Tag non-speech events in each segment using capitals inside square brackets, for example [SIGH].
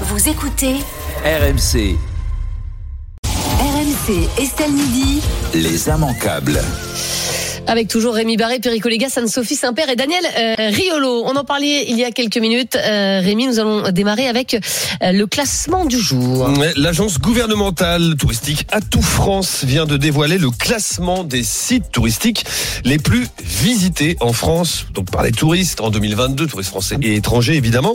Vous écoutez RMC, RMC Estelle Midi. les immanquables. Avec toujours Rémi Barré, Perico Légas, Anne-Sophie Saint-Père et Daniel euh, Riolo. On en parlait il y a quelques minutes. Euh, Rémi, nous allons démarrer avec euh, le classement du jour. Ouais, L'agence gouvernementale touristique Atout France vient de dévoiler le classement des sites touristiques les plus visités en France, donc par les touristes en 2022, touristes français et étrangers évidemment.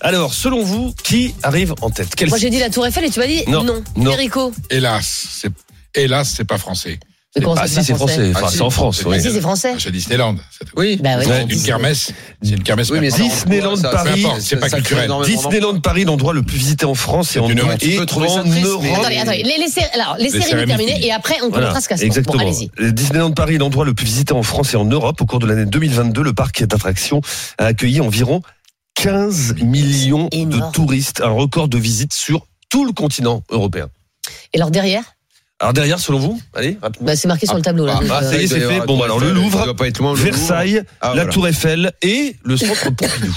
Alors, selon vous, qui arrive en tête Quel Moi, j'ai site dit la Tour Eiffel et tu m'as dit Non, non. non. Perico. Hélas, c'est hélas, c'est pas français. Mais comment Ah ça, si, c'est français. Enfin, Ah, si. c'est en France, oui. Ah, si, c'est français. C'est Disneyland. c'est tout. Oui. Bah ouais. Ouais, Une kermesse. C'est une kermesse. Oui, mais permanente. Disneyland ça- Paris, peu importe, c'est pas ça crée culturel. énormément Disneyland Paris, l'endroit le plus visité en France et en, C'est une honte. et Tu peux trouver en ça triste, Europe. mais- Attendez, attendez. Les- Laissez, alors, laissez Laissez Rémi Rémi terminer finir. et après, on Voilà, commencera ce classement. exactement. Bon, allez-y. Disneyland Paris, l'endroit le plus visité en France et en Europe au cours de l'année 2022, le parc d'attractions a accueilli environ 15 millions C'est énorme. de touristes, un record de visites sur tout le continent européen. Et alors, derrière Alors derrière, selon vous, allez, rapidement. bah, C'est marqué sur le tableau. Là, Ah, donc, bah, euh, ça y est, c'est fait. Bon, bah, alors, le Louvre, Versailles, la Tour Eiffel et [LAUGHS] le centre Pompidou.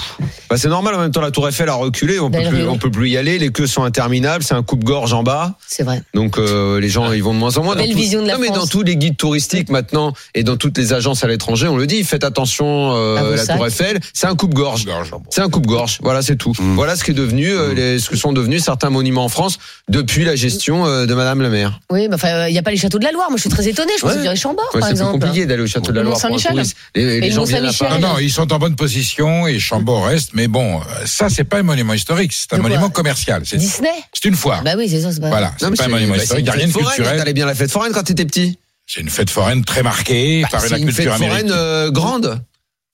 Bah, c'est normal en même temps la Tour Eiffel a reculé, on peut D'ailleurs, plus, oui. on peut plus y aller, les queues sont interminables, c'est un coupe-gorge en bas. c'est vrai. Donc euh, les gens ils vont de moins en moins. Dans Belle tout- vision de la non, mais France. dans tous les guides touristiques maintenant et dans toutes les agences à l'étranger, on le dit, faites attention euh, À vos la sacs. Tour Eiffel, c'est un coupe-gorge. Gorge. C'est un coupe-gorge, voilà c'est tout. Mm. Voilà ce qui est devenu, euh, les- ce que sont devenus certains monuments en France depuis la gestion euh, de Madame la maire. Oui, mais enfin, euh, il n'y a pas les châteaux de la Loire. Moi, je suis très étonnée. Je pense Ouais. qu'il y aurait Chambord, Ouais, par c'est plus exemple. compliqué d'aller au château de la Le Loire pour un Mont-Saint-Michel. touriste. Les, les le gens viennent à Mont-Saint-Michel. Paris. Non, non, ils sont en bonne position et Chambord reste, mais bon, euh, ça, c'est pas un monument historique, c'est un De quoi monument commercial. C'est Disney c'est une foire. Bah oui, c'est ça, c'est pas Voilà, Non, Ah, c'est mais pas un c'est- monument bah, c'est historique, il n'y a une rien de fête foraine, culturel. T'allais bien à la fête foraine quand t'étais petit. C'est une fête foraine très marquée Bah, par c'est la une fête culture foraine américaine. euh, grande.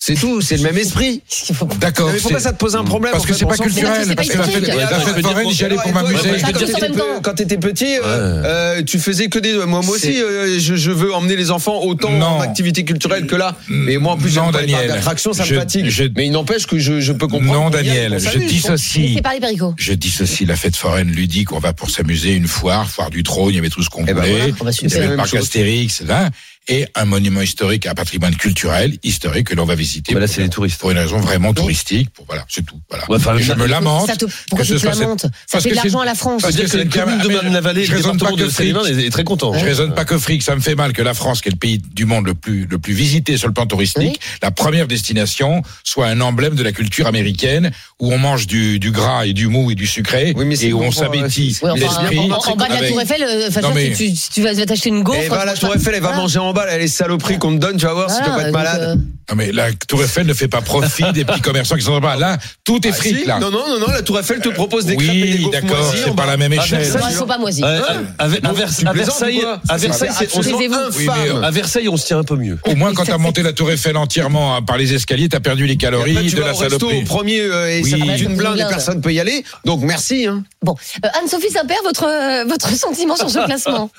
C'est tout, c'est le même esprit. Qu'est-ce qu'il faut- D'accord. euh, mais pourquoi c'est- Mm. ça te pose un problème Parce en que fait, c'est on pas s'en fout. Mais culturel. Parce que la parce que c'est pas fête la historique. fête foraine, j'y allais pour Alors, et toi, m'amuser. Ouais, quand tous en t'étais même temps. pe- Quand t'étais petit, euh, Ouais. euh, tu faisais que des. Moi, moi aussi, euh, je, je veux emmener les enfants autant Non. Mm. en activité culturelle que là. Mais moi, en plus, Non, j'aime pas les parcs Daniel. d'attraction, ça Je- me fatigue. je- Mais il n'empêche que je, je peux comprendre. Non, qu'on y aille, Daniel, qu'on je s'amuse, dissocie. Laissez parler, Perico. Je dissocie la fête foraine ludique, on va pour s'amuser, une foire, foire du trône, il y avait tout ce qu'on Eh ben voilà. voulait. Ah bah, Il y super. avait la le même parc chose. Astérix, là, et un monument historique, un patrimoine culturel, historique que l'on va visiter Mais là, pour- c'est les touristes. pour une raison vraiment touristique. Pour, voilà, c'est tout. Voilà. Ouais, enfin, Et je ça- me lamente. Ça te- pourquoi que tu ce te soit cette- lamentes Ça parce fait de que c'est- l'argent à la France. parce C'est-à-dire que c'est la une commune gamme- de mais Marne-la-Vallée, je le raisonne département pas que de Seine-et-Marne est est très content. Je raisonne pas que fric, ça me fait mal que la France, qui est le pays du monde le plus, le plus visité sur le plan touristique, la première destination soit un emblème de la culture américaine, où on mange du, du gras et du mou et du sucré, Oui, mais c'est et où bon on pour, s'abêtit Ouais, enfin, l'esprit. en, en- en bas de la avec- Tour Eiffel, euh, enfin, Non, sûr que mais- tu, tu vas tu vas t'acheter une gaufre. Et va à Eh ben, la franchement, Tour Eiffel, elle va voilà. manger en bas, là, les saloperies qu'on te donne, tu vas voir, si tu Ah. Voilà, vas pas être donc, euh, malade. Non, Ah, mais la Tour Eiffel ne fait pas profit des petits commerçants qui sont là-bas. Là, tout est Ah, fric, si. là. Non, non, non, non, la Tour Eiffel te propose des crêpes et des oui, gaufres d'accord, moisies, on c'est va- pas la même Ah, Eh, échelle. Elles sont- elles sont pas moisies. Ouais, à, Ver- à Vers- Tu à plaisantes Versailles, ou quoi à Versailles, C'est c'est- on se- Taisez-vous. Oui, mais, euh, infâme. à Versailles, on se tient un peu mieux. Au moins, quand t'as monté la Tour Eiffel entièrement hein, par les escaliers, t'as perdu les Et calories après, tu de vas la au resto au saloperie. premier euh, et ça Oui. coûte une blinde et Blinde. personne peut y aller. Donc merci. Hein. Bon, Euh, Anne-Sophie Saint-Père, votre euh, votre [LAUGHS] sentiment sur ce classement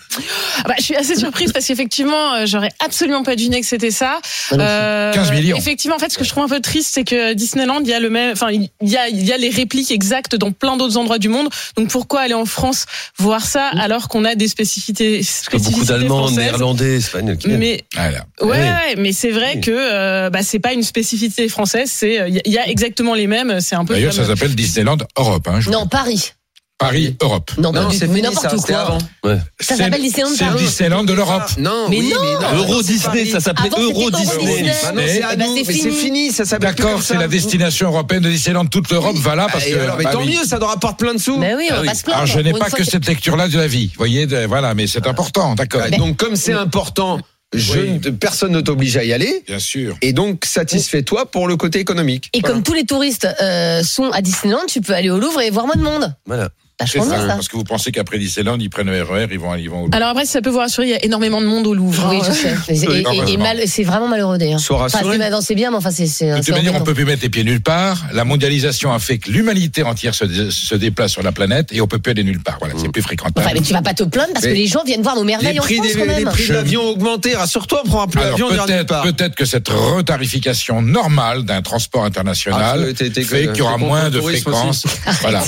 Ah bah, je suis assez surprise parce qu'effectivement, euh, j'aurais absolument pas deviné que c'était ça. Euh, 15 millions. Effectivement, en fait, ce que je trouve un peu triste, c'est que Disneyland, il y a le même, enfin, il y a, il y a les répliques exactes dans plein d'autres endroits du monde. Donc pourquoi aller en France voir ça alors qu'on a des spécificités, Parce que spécificités beaucoup d'Allemands, françaises Néerlandais, Espagnols qui viennent. Mais Voilà. Ouais, Oui. ouais, mais c'est vrai Oui. que euh, bah, c'est pas une spécificité française. C'est euh, il y a- il y a exactement les mêmes. C'est un peu. D'ailleurs, ça comme- s'appelle Disneyland Europe. Hein, je Non, Paris. Paris, Europe. Non, pas Non, du c'est tout, mais fini, n'importe ça, où c'était quoi. avant. Ça C'est- s'appelle Disneyland C'est le Paris. Disneyland de l'Europe. Non, Mais oui, non. mais non. Euro Disney, ça s'appelait Avant, c'était Euro Euro Disney. Disney. Bah non, Eh c'est à ben, nous, c'est mais c'est fini. fini, ça s'appelle plus D'accord, comme c'est ça. la destination européenne de Disneyland. Toute l'europe va là parce Et que. alors, mais bah tant oui. mieux, Ah ça n'aura pas plein de sous. Mais oui, on va pas se plaindre. Alors, je n'ai Pour une pas fois Ah. que cette lecture-là de la vie. Vous voyez, de- voilà, mais c'est important, d'accord. Ouais, ben. Donc comme c'est important, je, Oui. ne- personne ne t'oblige à y aller. Bien sûr. Et donc satisfais-toi pour le côté économique. Et Voilà. comme tous les touristes euh, sont à Disneyland, tu peux aller au Louvre et voir moins de monde. Voilà. Bah, je C'est pense ça, ça. Ah Parce que vous pensez qu'après Disneyland, ils prennent le RER, ils vont, ils vont au. Alors après, si ça peut vous rassurer, il y a énormément de monde au Louvre. Oui, hein. je Ah sais. Et, et- et- et mal- c'est vraiment malheureux d'ailleurs. Sois Enfin, bah, rassuré. c'est maintenant, c'est bien, mais enfin, c'est. c'est- De toute c'est manière, on embêtant. peut plus mettre les pieds nulle part. La mondialisation a fait que l'humanité entière se, dé- se déplace sur la planète et on peut plus aller nulle part. Voilà, c'est Mm. plus Enfin, fréquentable. mais tu vas pas te plaindre parce que Mais- les gens viennent voir nos merveilles Les Ah, en prix, France des, quand les même. prix Je- de l'avion ont augmenté. Rassure-toi, prends un peu Alors l'avion, on ira nulle peut-être part. peut-être que cette retarification normale d'un transport international Ah, t'es- t'es- fait qu'il y aura t'es contre moins le de tourisme [LAUGHS] fréquences. Voilà.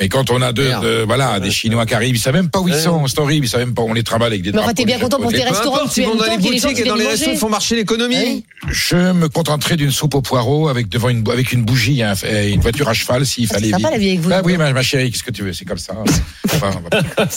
Mais quand on a deux, Merde. euh, voilà, des Chinois qui arrivent, ils savent même pas où ils Ouais. sont, c'est horrible, ils savent même pas, on les trimballe avec des Mais enfin, drapes, t'es on bien les content pour jette tes au- Peu restaurants, tu importe, si aimes on a tant les qu'il y a des gens boutiques qui et dans viennent les restos, manger. il faut marcher l'économie. Oui. Je me contenterai d'une soupe aux poireaux avec devant une, bou- avec une bougie, hein, et une voiture à cheval s'il Ah, fallait c'est sympa vite. la vie avec vous. Bah oui, ma, ma chérie, qu'est-ce que tu veux C'est comme ça. Enfin, on va pas-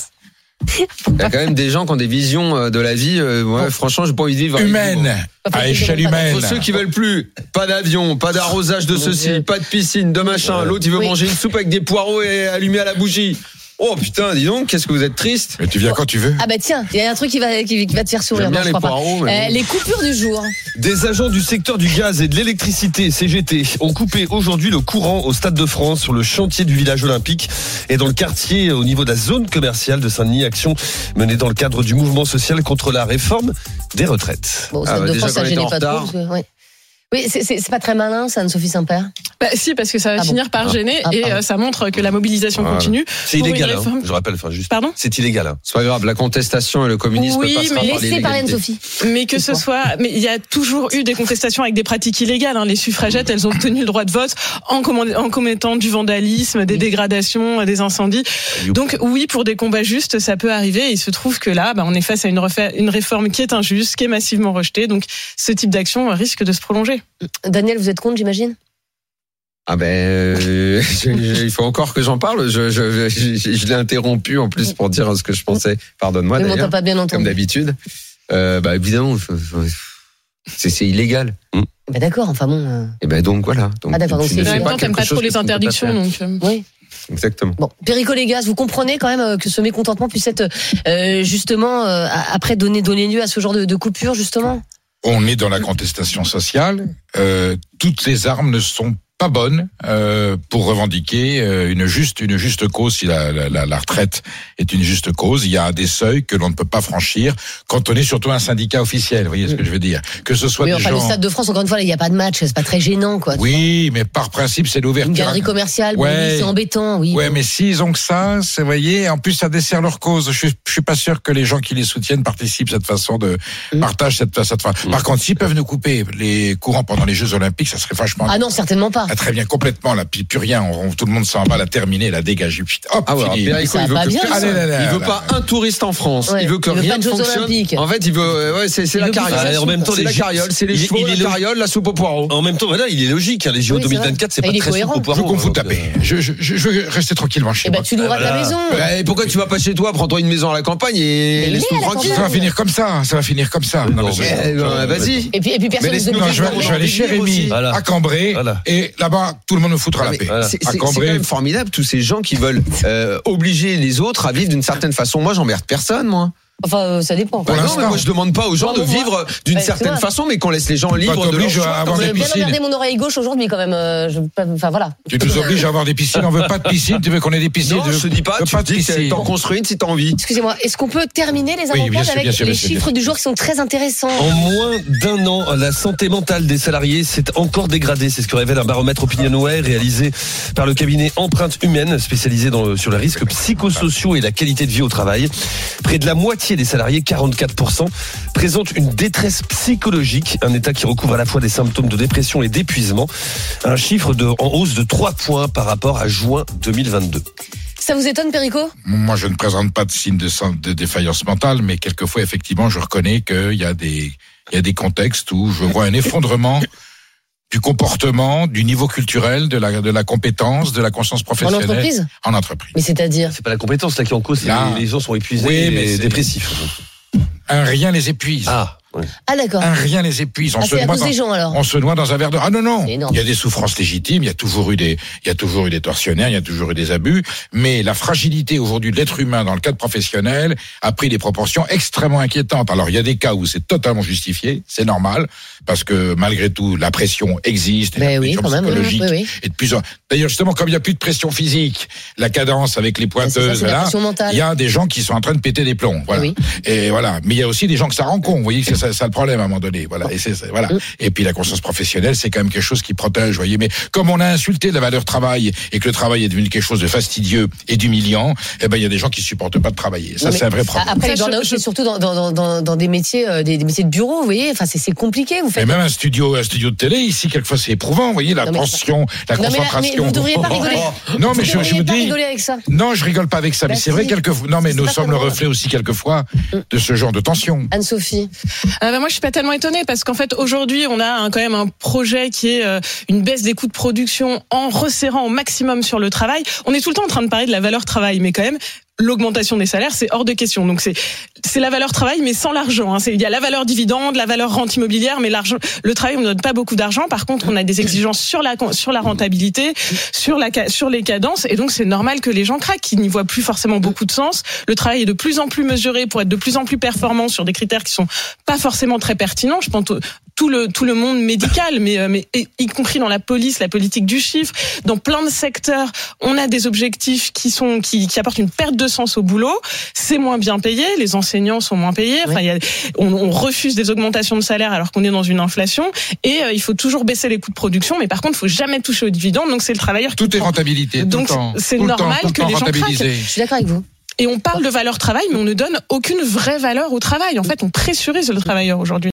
Il y a quand même des gens qui ont des visions euh, de la vie. euh, ouais, franchement, j'ai pas envie de vivre. avec vous, moi. humaine, Enfin, à échelle ils ont pas Ah, humaine. Pour ceux qui veulent plus, pas d'avion, pas d'arrosage de ceci, pas de piscine, de machin. L'autre, il veut Oui. manger une soupe avec des poireaux et allumé à la bougie. Oh putain, dis donc, qu'est-ce que vous êtes triste. Mais tu viens quand tu veux. Ah bah tiens, il y a un truc qui va, qui, qui va te faire sourire, J'aime bien non, je les crois pas. poireaux, mais Euh, bon. les coupures du jour. Des agents du secteur du gaz et de l'électricité, CGT, ont coupé aujourd'hui le courant au Stade de France sur le chantier du village olympique et dans le quartier au niveau de la zone commerciale de Saint-Denis. Action menée dans le cadre du mouvement social contre la réforme des retraites. Bon, au Ah, Stade bah, de déjà France, qu'on ça était gênait en pas trop. retard. parce que- ouais. Oui, c'est- c'est c'est pas très malin, ça, Anne-Sophie Saint-Père. Bah, si, parce que ça va Ah bon. finir par gêner Ah, et pardon. euh, ça montre que la mobilisation Voilà. continue. C'est Pour une illégal, hein, réforme- je rappelle, enfin juste. Pardon C'est illégal. hein. C'est pas grave, la contestation et le communisme Oui, passera mais par Laissez parler l'illégalité. Anne-Sophie. Mais que ce soit, mais il y a toujours eu des contestations avec des pratiques illégales. hein. Les suffragettes, elles ont obtenu le droit de vote en, command- en commettant du vandalisme, des dégradations, des incendies. Donc oui, pour des combats justes, ça peut arriver. Et il se trouve que là, bah, on est face à une, refa- une réforme qui est injuste, qui est massivement rejetée. Donc ce type d'action euh, risque de se prolonger. Daniel, vous êtes contre, j'imagine Ah ben, euh, [LAUGHS] je- je- il faut encore que j'en parle. Je, je, je- je- je l'ai interrompu en plus pour dire ce que je pensais. Pardonne-moi Mais bon, t'as d'ailleurs, pas bien comme entendu. d'habitude. Euh, bah évidemment, je- je- c'est c'est illégal. Bah, D'accord, enfin bon. euh, Et ben donc voilà. Donc, Ah, d'accord, donc tu c'est ne Mais Je en fais même pas temps, t'aimes quelque pas trop chose que les tu ne peux pas interdictions, faire. donc. euh, Oui. Exactement. Bon, Perico, les gars, vous comprenez quand même euh, que ce mécontentement puisse être euh, justement euh, à- après donner donner lieu à ce genre de, de coupure justement. On est dans la contestation sociale. Euh, toutes les armes ne sont pas bonnes euh, pour revendiquer euh, une juste une juste cause. Si la, la, la- la retraite est une juste cause, il y a des seuils que l'on ne peut pas franchir quand on est surtout un syndicat officiel. Vous voyez ce que je veux dire Que ce soit Oui, des enfin le gens. Stade de France, encore une fois, là, il n'y a pas de match, c'est pas très gênant quoi. Oui, mais par principe, c'est Une l'ouverture. à- galerie commerciale, bon, Ouais. oui, c'est embêtant, oui. Ouais, mais s'ils ont que ça, c'est voyez, en plus ça dessert leur cause. Je, suis- je suis pas sûr que les gens qui les soutiennent participent à cette façon de Mm. partagent cette façon. Par contre, s'ils peuvent nous couper les courants pendant les Jeux Olympiques, ça serait vachement. Ah non, certainement pas. Ah, très bien, complètement là, puis plus rien. On, tout le monde s'en va, la terminer, la dégager. puis Hop, Ah ouais, alors, fini. Perico, Ça va il veut pas que bien, personne- ça. Allez, là, là, il veut là, pas là. un touriste en France. Ouais, Il veut que il veut rien pas de ne Jeux fonctionne. Olympiques. En fait, il veut. euh, Ouais, c'est c'est Il la veut plus carriole. faire Ah, en même temps, C'est les la Gilles- carriole, c'est les il- chevaux, il est la le- carriole, la soupe aux poireaux. En même temps, voilà, il est logique. hein, les JO Oui, c'est vrai. 2024, Ah, c'est pas il est très cohérent. souple au poireau, Je veux qu'on vous hein, tape. donc, Je, je, je, je veux rester tranquillement chez Eh ben moi. tu loueras voilà. ta maison. Bah, et pourquoi tu vas pas chez toi, prends-toi une maison à la campagne et Mais il est à laisse-nous la tranquille. Ça va finir comme ça, ça va finir comme ça. Oui, Non, non, mais mais- c'est- Eh ben, Vas-y. Et puis et puis personne ne laisse-nous Ah, vous Non, oblige je vais, à je dormir. vais aller chez Rémi, Voilà. à Cambrai, Voilà. et là-bas, tout le monde me foutra Ah, la mais paix. c'est- À C'est c'est quand Cambrai. même formidable tous ces gens qui veulent euh, obliger les autres à vivre d'une certaine façon. Moi, j'emmerde personne, moi. Enfin euh, ça dépend. Pour Bah non, l'instant. mais moi, je demande pas aux gens Moi, de moi, vivre d'une Ouais, tu certaine vois. façon, mais qu'on laisse les gens Tu libres de leur t'obliges choix. à avoir J'ai des bien regardé piscines. mon oreille gauche aujourd'hui quand même. euh, je- Enfin voilà. Tu nous obliges à avoir des piscines. On veut pas de piscine. Tu veux qu'on ait des piscines. Non, tu veux- je te dis pas, veux tu te dis que piscine. t'en construis une si t'as envie. Excusez-moi, est-ce qu'on peut terminer les Oui, avantages bien sûr, avec bien sûr, les bien sûr, Oh. chiffres bien du jour qui sont très intéressants En moins d'un an, la santé mentale des salariés s'est encore dégradée. C'est ce que révèle un baromètre OpinionWay réalisé par le cabinet Empreinte Humaine, spécialisé dans, sur les risques psychosociaux et la qualité de vie au travail. Près de la moitié des salariés, 44%, présentent une détresse psychologique, un état qui recouvre à la fois des symptômes de dépression et d'épuisement. Un chiffre de, en hausse de 3 points par rapport à juin 2022. Ça vous étonne, Perico Moi, je ne présente pas de signe de, syn- de défaillance mentale, mais quelquefois, effectivement, je reconnais qu'il y a des, il y a des contextes où je vois un effondrement du comportement, du niveau culturel, de la, de la compétence, de la conscience En professionnelle entreprise en entreprise. Mais c'est-à-dire Ah, C'est pas la compétence là qui est en cause, c'est Là. les, les gens sont épuisés Oui, et mais c'est- dépressifs. Un rien les épuise. Ah, ouais. Ah d'accord. Un rien les épuise. On Ah, se c'est à noie cause dans- des gens alors. On se noie dans un verre d'eau. Ah non non, C'est énorme. il y a des souffrances légitimes, il y a toujours eu des, il y a toujours eu des tortionnaires, il y a toujours eu des abus, mais la fragilité aujourd'hui de l'être humain dans le cadre professionnel a pris des proportions extrêmement inquiétantes. Alors il y a des cas où c'est totalement justifié, c'est normal parce que malgré tout la pression existe, et la Mais oui, pression quand même. hein, psychologique Oui, oui. est de plus en- D'ailleurs justement comme il y a plus de pression physique, la cadence avec les Ah, c'est ça, pointeuses c'est la là. pression mentale. Il y a des gens qui sont en train de péter des plombs, voilà. Oui. Et voilà, mais il y a aussi des gens que ça rend con. Vous voyez, que c'est ça, ça le problème à un moment donné. Voilà. Et, c'est- c'est- voilà. Mm. et puis la conscience professionnelle, c'est quand même quelque chose qui protège, voyez. Mais comme on a insulté la valeur travail et que le travail est devenu quelque chose de fastidieux et d'humiliant, eh ben il y a des gens qui supportent pas de travailler. Ça, Non, c'est un vrai mais ah, problème. Après, les Ça, je- burn-out, je- c'est surtout dans, dans, dans- dans, dans des métiers, euh, des, des métiers de bureau, vous voyez. Enfin, c'est- c'est compliqué. Vous Mais faites. même un studio, un studio de télé, ici, quelquefois, c'est éprouvant, vous voyez, la Non, mais- tension, la Non, mais là- mais concentration. Oh, vous devriez pas rigoler. Non, mais je, Vous je devriez vous pas dis. rigoler avec ça. Non, je rigole pas avec ça, Bah mais c'est si. vrai, quelquefois. Non, mais C'est nous pas sommes le tellement vrai. reflet aussi, quelquefois, Mm. de ce genre de tension. Anne-Sophie. Ah bah moi, je suis pas tellement étonnée parce qu'en fait, aujourd'hui, on a un- quand même un projet qui est euh, une baisse des coûts de production en resserrant au maximum sur le travail. On est tout le temps en train de parler de la valeur travail, mais quand même. L'augmentation des salaires, c'est hors de question. Donc c'est c'est la valeur travail, mais sans l'argent. hein. C'est- Il y a la valeur dividende, la valeur rente immobilière, mais l'argent, le travail, on ne donne pas beaucoup d'argent. Par contre, on a des exigences sur la sur la rentabilité, sur la ca- sur les cadences, et donc c'est normal que les gens craquent. qu'ils n'y voient plus forcément beaucoup de sens. Le travail est de plus en plus mesuré pour être de plus en plus performant sur des critères qui sont pas forcément très pertinent. Je pense au- tout le tout le monde médical, mais euh, mais et- y compris dans la police, la politique du chiffre, dans plein de secteurs, on a des objectifs qui sont qui, qui apportent une perte de sens au boulot. C'est moins bien payé, les enseignants sont moins payés. Enfin, il y a- on, on refuse des augmentations de salaire alors qu'on est dans une inflation. Et euh, il faut toujours baisser les coûts de production, mais par contre, il faut jamais toucher aux dividendes. Donc c'est le travailleur qui Tout est prend. rentabilité. Donc, tout le temps. c'est Tout le temps, normal tout le que temps les gens rentabilisé. Je suis d'accord avec vous. Et on parle de valeur travail, mais on ne donne aucune vraie valeur au travail. En fait, on pressurise le travailleur aujourd'hui.